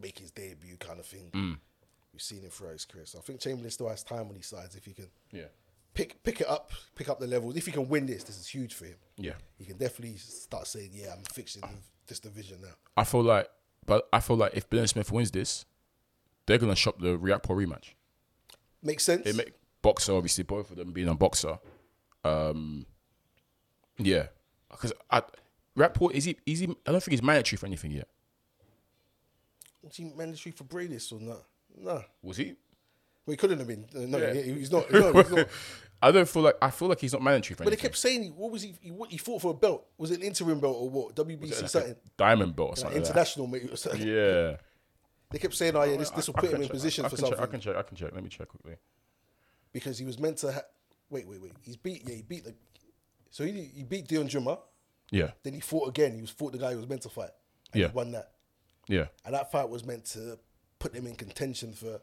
S4: make his debut kind of thing.
S3: Mm.
S4: We've seen him throughout his career, so I think Chamberlain still has time on his sides if he can
S3: Yeah.
S4: pick pick it up, pick up the levels. If he can win this, this is huge for him.
S3: Yeah.
S4: he can definitely start saying, "Yeah, I'm fixing this division now."
S3: I feel like, but I feel like if Billion Smith wins this, they're gonna shop the React Pro rematch.
S4: Makes sense.
S3: They make boxer, obviously, both of them being a boxer. Um, yeah, because I Rapport is he? Is he? I don't think he's mandatory for anything yet.
S4: was he mandatory for Braillis or not? No. Well,
S3: Was he?
S4: he couldn't have been. Uh, No,
S3: Yeah.
S4: yeah, he's not. No, he's not.
S3: I don't feel like I feel like he's not mandatory for
S4: But they
S3: anything.
S4: kept saying, he- what was he, he? What he fought for a belt? Was it an interim belt or what? WBC something,
S3: Diamond belt or
S4: Like
S3: something. like that.
S4: international mate. Or something.
S3: Yeah.
S4: They kept saying, oh yeah, this this will
S3: I
S4: put
S3: can
S4: him in
S3: check-
S4: position
S3: I
S4: for
S3: can check-
S4: something
S3: I can check. I can check. Let me check quickly.
S4: because he was meant to. Ha- wait, wait, wait. He's beat. Yeah, he beat. The- so he he beat Dion Juma.
S3: Yeah.
S4: Then he fought again. He was fought the guy who was meant to fight. And
S3: Yeah.
S4: He won that.
S3: Yeah.
S4: And that fight was meant to put him in contention for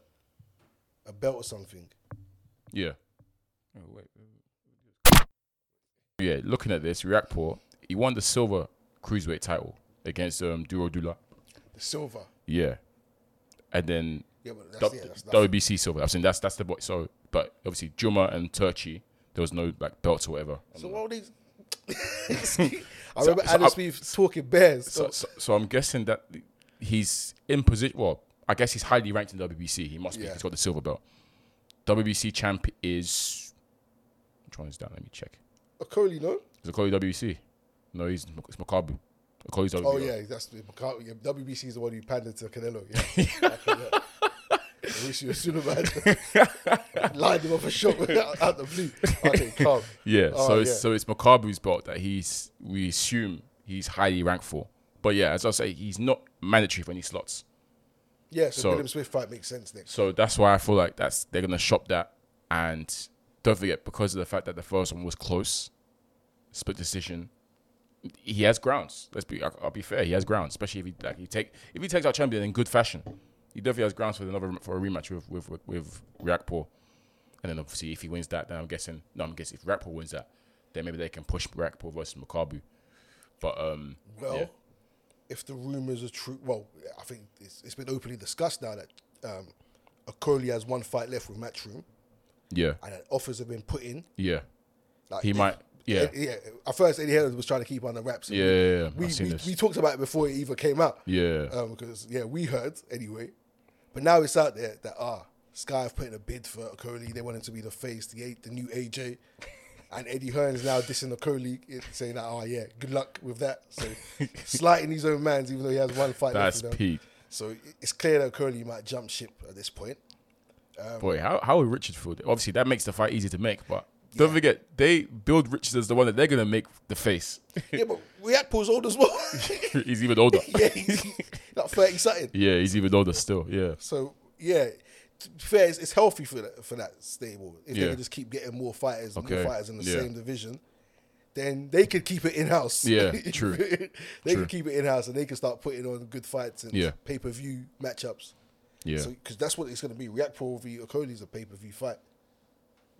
S4: a belt or something.
S3: Yeah. Oh, wait. Yeah, looking at this, Reactport, he won the silver cruiserweight title against um, Duro Dula.
S4: The silver.
S3: Yeah. And then
S4: Yeah, but that's
S3: W-
S4: yeah, that's, that's
S3: WBC silver. I'm saying that's that's the boy. So, but obviously Juma and Turchi, there was no like belts or whatever.
S4: So why would they? I remember
S3: so
S4: Adam
S3: I-
S4: Smith talking bears.
S3: So, so, so I'm guessing that he's in position. Well, I guess he's highly ranked in WBC. He must be.
S4: Yeah.
S3: He's got the silver belt. WBC champ is. Which one is that? Let me check.
S4: Oh, Coley, no?
S3: Is it Cody WBC? No, he's it's Makabu. Cody's WBC.
S4: Oh yeah, that's the Macau- yeah, WBC is the one who pandered to Canelo. Yeah. I can, yeah. I wish you were sooner man. Lined him off a shot out, out the blue. Okay, calm.
S3: Yeah.
S4: Oh,
S3: so it's,
S4: yeah.
S3: so it's Makabu's belt that he's we assume he's highly ranked for. But yeah, as I say, he's not mandatory for any slots.
S4: Yeah, so,
S3: so-
S4: William Swift fight makes sense next.
S3: So that's why I feel like that's they're gonna shop that. And don't forget, because of the fact that the first one was close, split decision, he has grounds. Let's be, I'll be fair, he has grounds, especially if he like he take if he takes our champion in good fashion, he definitely has grounds for another for a rematch with with with, with Rakpo. And then obviously, if he wins that, then I'm guessing no, I'm guessing if Rakpo wins that, then maybe they can push Rakpo versus Makabu. But um,
S4: Well,
S3: yeah.
S4: if the rumors are true, well, I think it's, it's been openly discussed now that um, Coley has one fight left with Matchroom,
S3: yeah,
S4: and that offers have been put in.
S3: yeah,
S4: Like
S3: He
S4: if-
S3: might- yeah.
S4: yeah. At first, Eddie Hearn was trying to keep on the wraps.
S3: Yeah, yeah, yeah.
S4: we,
S3: I've seen
S4: we,
S3: this.
S4: we uh, talked about it before it even came out.
S3: Yeah.
S4: because Um, yeah, we heard anyway, but now it's out there that ah, Sky have put in a bid for Coley. They want him to be the face, the eight, the new AJ. And Eddie Hearn's now dissing Coley, saying that, oh yeah, good luck with that. So slighting his own man's, even though he has one fight
S3: that's
S4: left. with them.
S3: peak.
S4: So it- it's clear that Coley might jump ship at this point.
S3: Boy, how how would Richard feel? Obviously, that makes the fight easy to make, but don't forget they build Richard as the one that they're gonna make the face.
S4: Yeah, but React pulls old as well.
S3: he's even older.
S4: yeah, he's like thirty something.
S3: yeah, he's even older still. Yeah,
S4: So yeah, to be fair, it's, it's healthy for that for that stable. If they
S3: Yeah.
S4: can just keep getting more fighters, and
S3: Okay.
S4: more fighters in the
S3: Yeah.
S4: same division, then they could keep it in house.
S3: Yeah, true.
S4: they
S3: True.
S4: could keep it in house, and they can start putting on good fights and
S3: Yeah.
S4: pay per view matchups.
S3: yeah.
S4: because that's what it's going to be. React Pro v Okoli is a pay per view fight.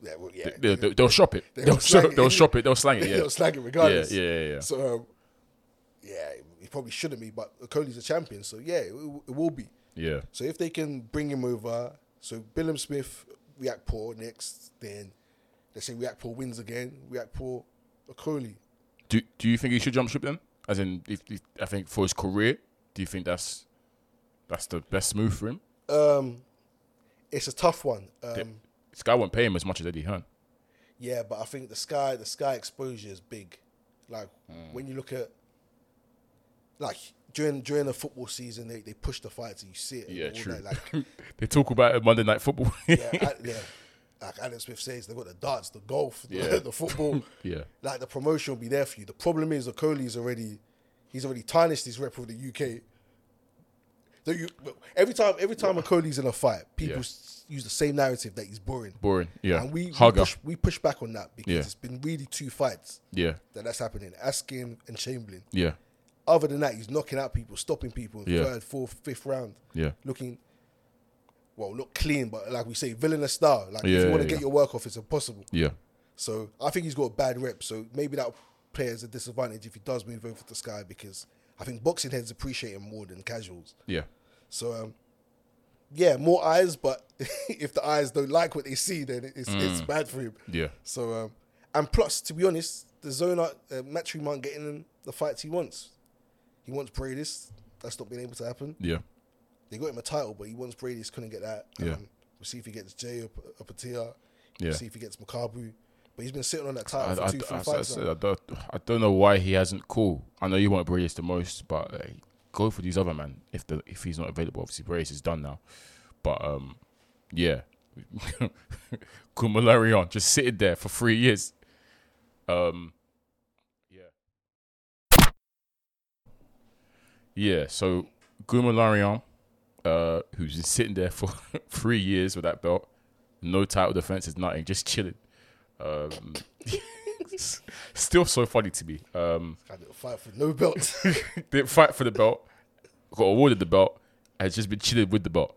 S4: Yeah, well, yeah.
S3: they, will shop it. They'll,
S4: will slang
S3: shop,
S4: it.
S3: they'll shop it. They'll slang it. Yeah,
S4: They'll slag it regardless.
S3: Yeah, yeah, yeah, yeah.
S4: So, um, yeah, he probably shouldn't be, but Okoli's a champion, so yeah, it, w- it will be.
S3: yeah,
S4: So if they can bring him over, so Billum Smith, React Paul next, then let's say React Paul wins again, React Paul, Okoli.
S3: Do Do you think he should jump ship then? As in, if, if, I think for his career, do you think that's that's the best move for him?
S4: Um, it's a tough one. Um,
S3: This guy won't pay him as much as Eddie Hearn.
S4: Yeah, but I think the sky the sky exposure is big. Like
S3: Hmm.
S4: when you look at like during during the football season, they, they push the fights and you see it. and
S3: Yeah,
S4: all
S3: true.
S4: that, like
S3: they talk about it Monday Night Football.
S4: yeah, I- yeah, like Adam Smith says, they've got the darts, the golf, the-
S3: Yeah.
S4: the football.
S3: Yeah.
S4: like the promotion will be there for you. The problem is, Okoli's already he's already tarnished his rep with the UK. The U- every time every time Okoli's in a fight, people
S3: Yeah.
S4: s- use the same narrative that he's boring.
S3: Boring. Yeah.
S4: And we, we
S3: Hugger.
S4: push we push back on that because
S3: Yeah.
S4: it's been really two fights
S3: Yeah.
S4: that that's happening. Askin and Chamberlain.
S3: Yeah.
S4: Other than that, he's knocking out people, stopping people in
S3: Yeah.
S4: third, fourth, fifth round.
S3: Yeah.
S4: Looking well, not clean, but like we say, villainous style. Like if
S3: Yeah,
S4: you want to
S3: yeah,
S4: get
S3: yeah.
S4: your work off, it's impossible.
S3: Yeah.
S4: So I think he's got a bad rep. So maybe that players a disadvantage if he does move over to Sky because I think boxing heads appreciate him more than casuals.
S3: Yeah.
S4: So um, yeah, more eyes, but if the eyes don't like what they see, then it's it's bad for him.
S3: Mm. Yeah.
S4: So um, and plus, to be honest, the zone uh, Matchroom aren't getting him the fights he wants. He wants Bradis. That's not been able to happen.
S3: Yeah.
S4: They got him a title, but he wants Bradis. Couldn't get that. Um,
S3: Yeah.
S4: We'll see if he gets Jay or or Patia.
S3: Yeah.
S4: We'll see if he gets Makabu. But he's been sitting on that title
S3: I, I,
S4: for two, three
S3: I- I
S4: fights.
S3: said-
S4: now.
S3: I don't, I don't know why he hasn't cool. I know you want Bradius the most, but like, go for these other man if the if he's not available. Obviously, Brace is done now, but um, yeah, Kumalarion just sitting there for three years. Um, yeah, yeah. So Kumalarion, uh, who's been sitting there for three years with that belt, no title defense is nothing, just chilling. Um, still so funny to me. Um,
S4: I didn't fight for no belt.
S3: didn't fight for the belt, got awarded the belt, has just been chilling with the belt.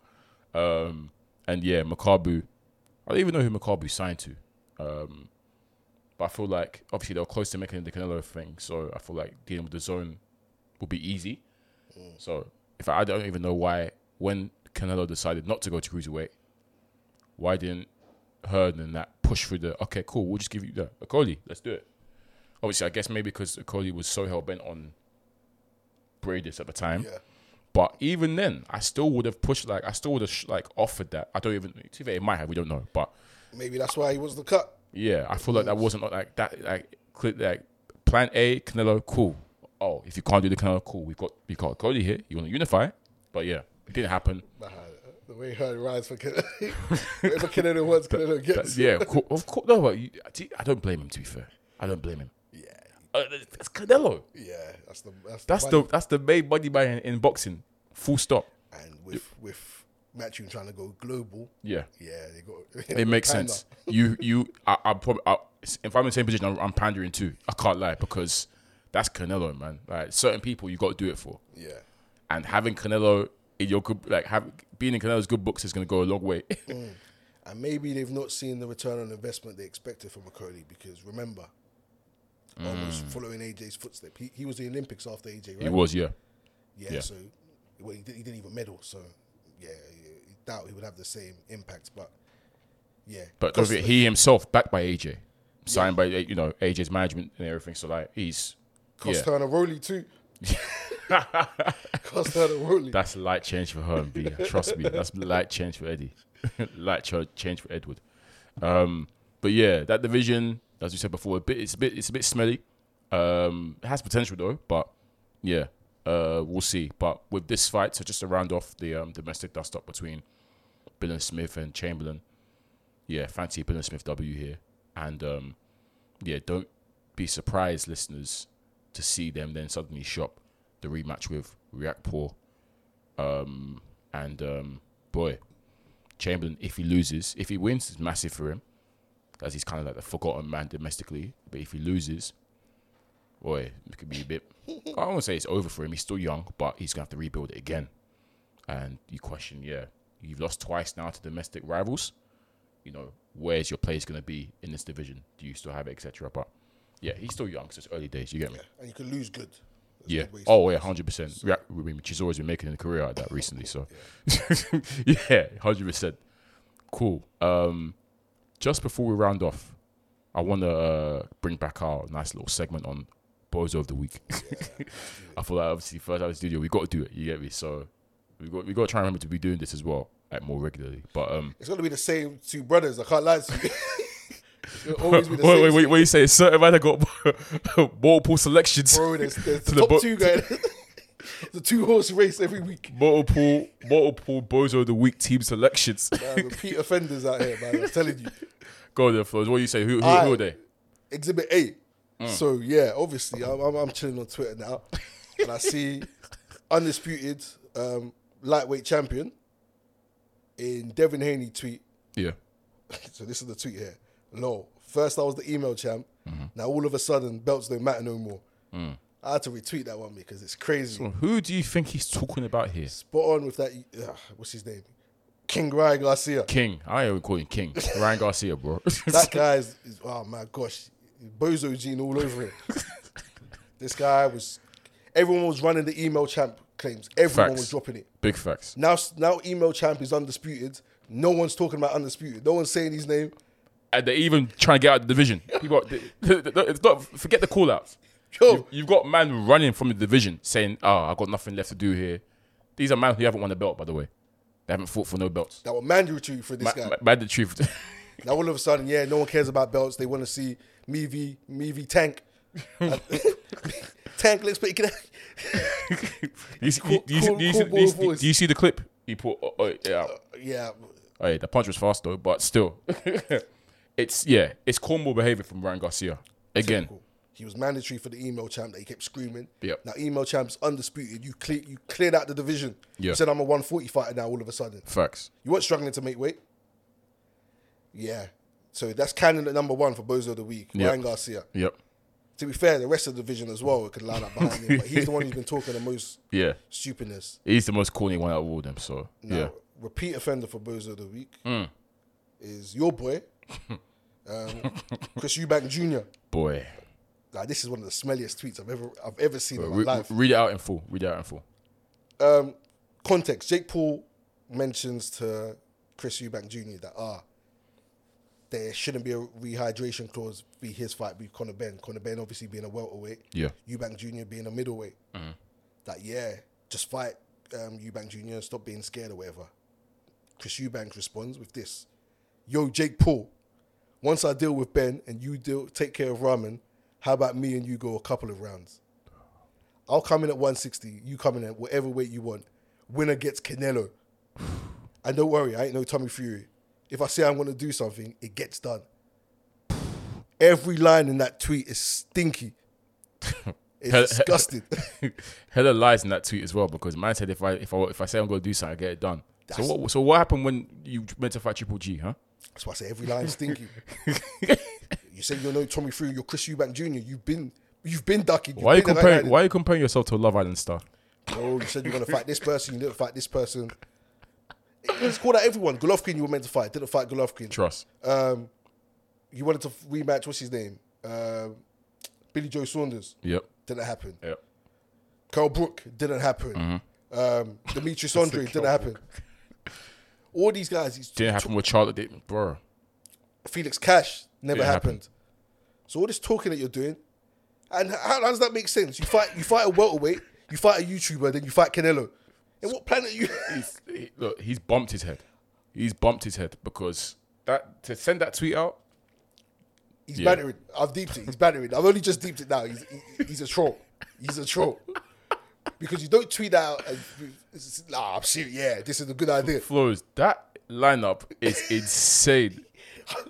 S3: Um, and yeah, Makabu, I don't even know who Makabu signed to. Um, but I feel like obviously they were close to making the Canelo thing, so I feel like dealing with the zone will be easy. So if I, I don't even know why when Canelo decided not to go to cruiserweight, why didn't Hearn and that push through the okay, cool, we'll just give you the Akoli, let's do it. Obviously, I guess maybe because Akoli was so hell bent on Bradis at the time.
S4: Yeah.
S3: But even then, I still would have pushed like I still would have sh- like offered that. I don't even. To be fair, it might have. We don't know. But
S4: Maybe that's why he was the cut.
S3: yeah, I feel like that wasn't like that. Like cl- like plan A, Canelo, cool. Oh, if you can't do the Canelo, cool. We've got we got Cody here. You want to unify? But yeah, it didn't happen.
S4: Nah, the way Hearn rides for Canelo, whatever Canelo wants, Canelo
S3: But
S4: gets.
S3: yeah, of course, of course. No, but you, I don't blame him. To be fair, I don't blame him.
S4: yeah,
S3: Uh, it's Canelo.
S4: yeah. That's the that's,
S3: That's
S4: the,
S3: the
S4: money.
S3: that's the main money man in, in boxing. Full stop.
S4: and with with Matchroom trying to go global.
S3: Yeah.
S4: Yeah, they got
S3: It makes
S4: Panda.
S3: sense. You, you, I, I probably, I, if I'm in the same position, I'm, I'm pandering too. I can't lie because that's Canelo, man. Like certain people, you got to do it for,
S4: Yeah,
S3: and having Canelo in your good, like have, being in Canelo's good books is going to go a long way.
S4: and maybe they've not seen the return on investment they expected from McCurdy because remember, almost
S3: Mm.
S4: following AJ's footstep. He, he was the Olympics after AJ, right?
S3: it was, yeah,
S4: Yeah,
S3: Yeah.
S4: so well, he, did, he didn't even medal, so yeah, you doubt he would have the same impact. But yeah,
S3: but don't
S4: cost-
S3: forget, he himself backed by AJ, signed by you know AJ's management and everything. So like he's,
S4: cost
S3: yeah,
S4: her a Rowley too. cost her a Rowley.
S3: that's light change for her and B. Trust me, that's light change for Eddie, light ch- change for Edward. Um, but yeah, that division, as we said before, a bit it's a bit it's a bit smelly. Um, it has potential though, but yeah, uh, we'll see. But with this fight, so just to round off the um, domestic dust up between Bill and Smith and Chamberlain, yeah, fancy Bill and Smith W here, and um, yeah, don't be surprised, listeners, to see them then suddenly shop the rematch with React Poor, um, and um, boy, Chamberlain, if he loses, if he wins, it's massive for him, as he's kind of like the forgotten man domestically. But if he loses, boy, it could be a bit. I won't say it's over for him. He's still young, but he's gonna have to rebuild it again. And you question, yeah, you've lost twice now to domestic rivals. You know, where's your place gonna be in this division? Do you still have it, etc. But yeah, he's still young, so it's early days. You get me?
S4: Yeah, and you can lose good. There's
S3: Yeah.
S4: no waste.
S3: Oh, yeah, hundred percent. Yeah, I mean, she's always been making a career out of that recently. So, yeah, hundred percent. Cool. Um, just before we round off, I want to uh, bring back our nice little segment on Bozo of the Week. I feel like obviously first out of the studio, we got to do it. You get me? So we got we got to try and remember to be doing this as well, like more regularly. But um,
S4: It's gonna be the same two brothers. I can't lie to you. It'll always be
S3: wait,
S4: the same.
S3: wait, wait, wait, you say? Certain man that got multiple selections.
S4: Bro, there's, there's
S3: To
S4: the
S3: the
S4: top
S3: bo-
S4: two guys. the two horse race every week.
S3: multiple multiple bozo of the week team selections.
S4: Man, repeat offenders out here, man. I'm telling you.
S3: Go there, Flows. What do you say? Who who,
S4: Aye.
S3: who are they?
S4: Exhibit A. So yeah, obviously I'm, I'm, I'm chilling on Twitter now, and I see undisputed um, lightweight champion in Devin Haney tweet.
S3: Yeah.
S4: So this is the tweet here. Lol. First I was the email champ. Now all of a sudden belts don't matter no more. I had to retweet that one because it's crazy.
S3: Who do you think he's talking about here?
S4: Spot on with that. ugh, what's his name? King Ryan Garcia.
S3: King. I even call him King. Ryan Garcia, bro.
S4: That guy is, is- oh my gosh, bozo gene all over him. this guy was, everyone was running the email champ claims. Everyone
S3: Facts.
S4: was dropping it.
S3: Big facts.
S4: Now, now email champ is undisputed. No one's talking about undisputed. No one's saying his name.
S3: And they're even trying to get out of the division. People, are- they- they- they- it's not, forget the call outs.
S4: Yo,
S3: You've got man running from the division saying, oh, i got nothing left to do here. These are men who haven't won a belt, by the way. They haven't fought for no belts.
S4: that was mandatory for this
S3: Ma-
S4: guy.
S3: ma- Mad the truth.
S4: now all of a sudden, yeah, no one cares about belts. They want to see me v me v tank. tank, let's put it.
S3: you, see, you, you, see-
S4: Cool-
S3: you,
S4: cool
S3: see-
S4: ball
S3: you see-
S4: voice.
S3: do you see the clip he put? Oh, oh, yeah.
S4: Yeah,
S3: Oh, yeah, the punch was fast though, but still, it's yeah, it's cornball behavior from Ryan Garcia again.
S4: cool. He was mandatory for the email champ that he kept screaming.
S3: Yep.
S4: Now email champ's undisputed. You clear, you cleared out the division.
S3: Yeah.
S4: You said I'm a 140 fighter now. All of a sudden,
S3: Facts.
S4: you weren't struggling to make weight. Yeah. So that's candidate number one for Bozo of the week,
S3: Yep.
S4: Ryan Garcia.
S3: Yep.
S4: To be fair, the rest of the division as well could line up behind him, but he's the one who's been talking the most
S3: Yeah.
S4: stupidness.
S3: He's the most corny one out of all them. So
S4: Now,
S3: yeah. Hmm.
S4: repeat offender for Bozo of the week is your boy, um, Chris Eubank Jr.
S3: Boy,
S4: Like this is one of the smelliest tweets I've ever I've ever seen in my
S3: Re-
S4: life.
S3: read it out in full. Read it out in full.
S4: um, context, Jake Paul mentions to Chris Eubank Jr. that ah, there shouldn't be a rehydration clause be his fight with Conor Ben. Conor Ben obviously being a welterweight.
S3: Yeah.
S4: Eubank Jr. being a middleweight. That yeah, just fight um, Eubank Jr. Stop being scared or whatever. Chris Eubank responds with this: Yo, Jake Paul. Once I deal with Ben and you deal take care of Ramen, how about me and you go a couple of rounds? I'll come in at 160. You come in at whatever weight you want. Winner gets Canelo. And don't worry, I ain't no Tommy Fury. If I say I'm going to do something, it gets done. Every line in that tweet is stinky. It's disgusting.
S3: Hella lies in that tweet as well because man said if I if I if I say I'm gonna do something, I get it done. so what? So what happened when you meant to fight Triple G, huh?
S4: That's why I say every line's stinky. you say you're no Tommy Fury, you're Chris Eubank Jr. You've been you've been ducking. You've
S3: Why are you
S4: been the
S3: comparing?
S4: right
S3: Why are you comparing yourself to a Love Island star?
S4: No, you said you're gonna fight this person. You didn't fight this person. Let's call out everyone. Golovkin, you were meant to fight. Didn't fight Golovkin.
S3: Trust.
S4: Um, you wanted to rematch. What's his name? Um, Billy Joe Saunders.
S3: Yep.
S4: Didn't happen.
S3: Yep.
S4: Carl Brook didn't happen. Um, Demetrius Andre didn't happen. All these guys. These
S3: Didn't happen with Charlotte, did, bro.
S4: Felix Cash never
S3: Didn't happen.
S4: happened. So all this talking that you're doing, and h- how, how does that make sense? You fight. You fight a welterweight. You fight a YouTuber. Then you fight Canelo. And what planet you?
S3: He's, he, look, he's bumped his head. He's bumped his head because that to send that tweet out.
S4: He's
S3: Yeah.
S4: bantering. I've deeped it. He's bantering. I've only just deeped it now. He's, he- he's a troll. He's a troll. Because you don't tweet out, and, it's- it's- nah, I'm serious. Yeah, this is a good idea.
S3: Flows, that lineup is insane.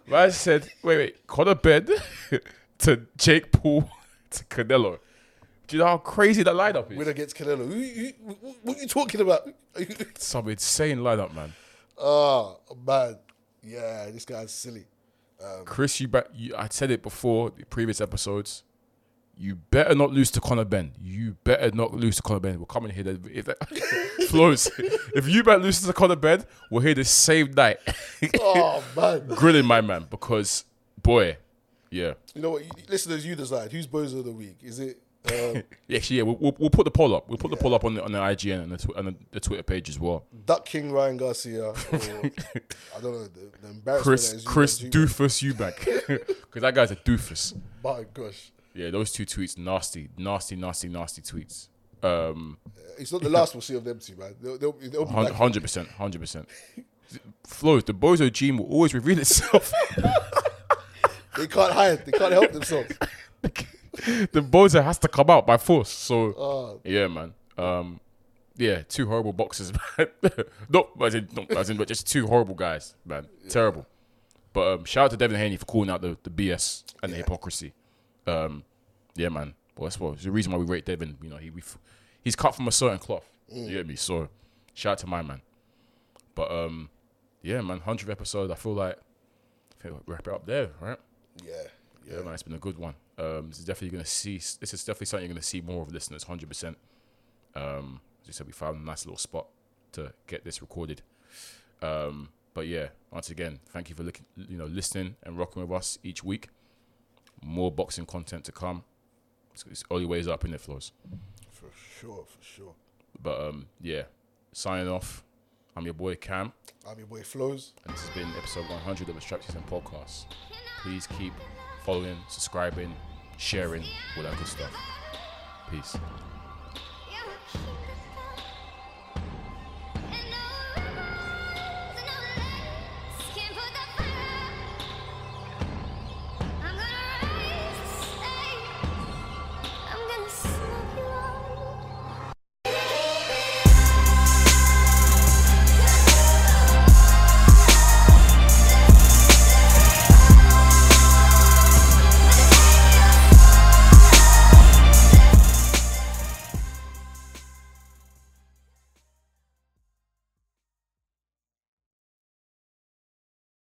S3: Man said, wait, wait, Conor Ben to Jake Paul to Canelo. Do you know how crazy that lineup is?
S4: Winner gets Canelo. Who- who- who- what are you talking about?
S3: Some insane lineup, man.
S4: oh, man. Yeah, this guy's silly.
S3: Chris, you, bet you I said it before the previous episodes. You better not lose to Conor Ben. You better not lose to Conor Ben. We're coming here. that- If that flows, if you bet loses to Conor Ben, we're here the same night,
S4: Oh, man.
S3: grilling my man because boy, yeah,
S4: You know what? You- Listeners, you decide. Who's Bozo of the Week? Is it. Um,
S3: Yeah, actually, yeah, we'll, we'll, we'll put the poll up. We'll put the poll up on the on the IGN and the, tw- and the, the Twitter page as well.
S4: Duck King Ryan Garcia, or I don't know the, the embarrassment. that
S3: Chris
S4: is you
S3: Chris
S4: guys do.
S3: Doofus Eubank, because that guy's a doofus.
S4: My gosh,
S3: Yeah, those two tweets, nasty, nasty, nasty, nasty tweets. Um,
S4: it's not the last we'll see of them two, man. They'll, they'll, they'll be back
S3: Hundred percent, hundred percent. Flows the bozo gene will always reveal itself.
S4: They can't hide. They can't help themselves.
S3: the bozo has to come out by force. So
S4: Uh,
S3: yeah, man. Um, yeah, two horrible boxers, man. not as in, not as in, but just two horrible guys, man. Terrible. But um, shout out to Devin Haney for calling out the, the BS and the hypocrisy. Um, yeah, man. Well, that's what it's the reason why we rate Devin. You know, he we, f- he's cut from a certain cloth. You get me? So shout out to my man. But um, yeah, man. Hundredth episode. I feel like I think we'll wrap it up there, right?
S4: Yeah, yeah.
S3: Yeah, man, it's been a good one. Um, this is definitely going to see. This is definitely something you're going to see more of, listeners. Hundred percent. Um, as you said, we found a nice little spot to get this recorded. Um, but yeah, once again, thank you for looking, you know, listening and rocking with us each week. More boxing content to come. It's, it's only ways up in it, floors.
S4: For sure, for sure.
S3: But um, yeah, signing off. I'm your boy Cam,
S4: I'm your boy Flows.
S3: and this has been episode 100 of the Strap Season Podcast. Please keep following, subscribing, sharing, all that good stuff. Peace.
S5: Yeah.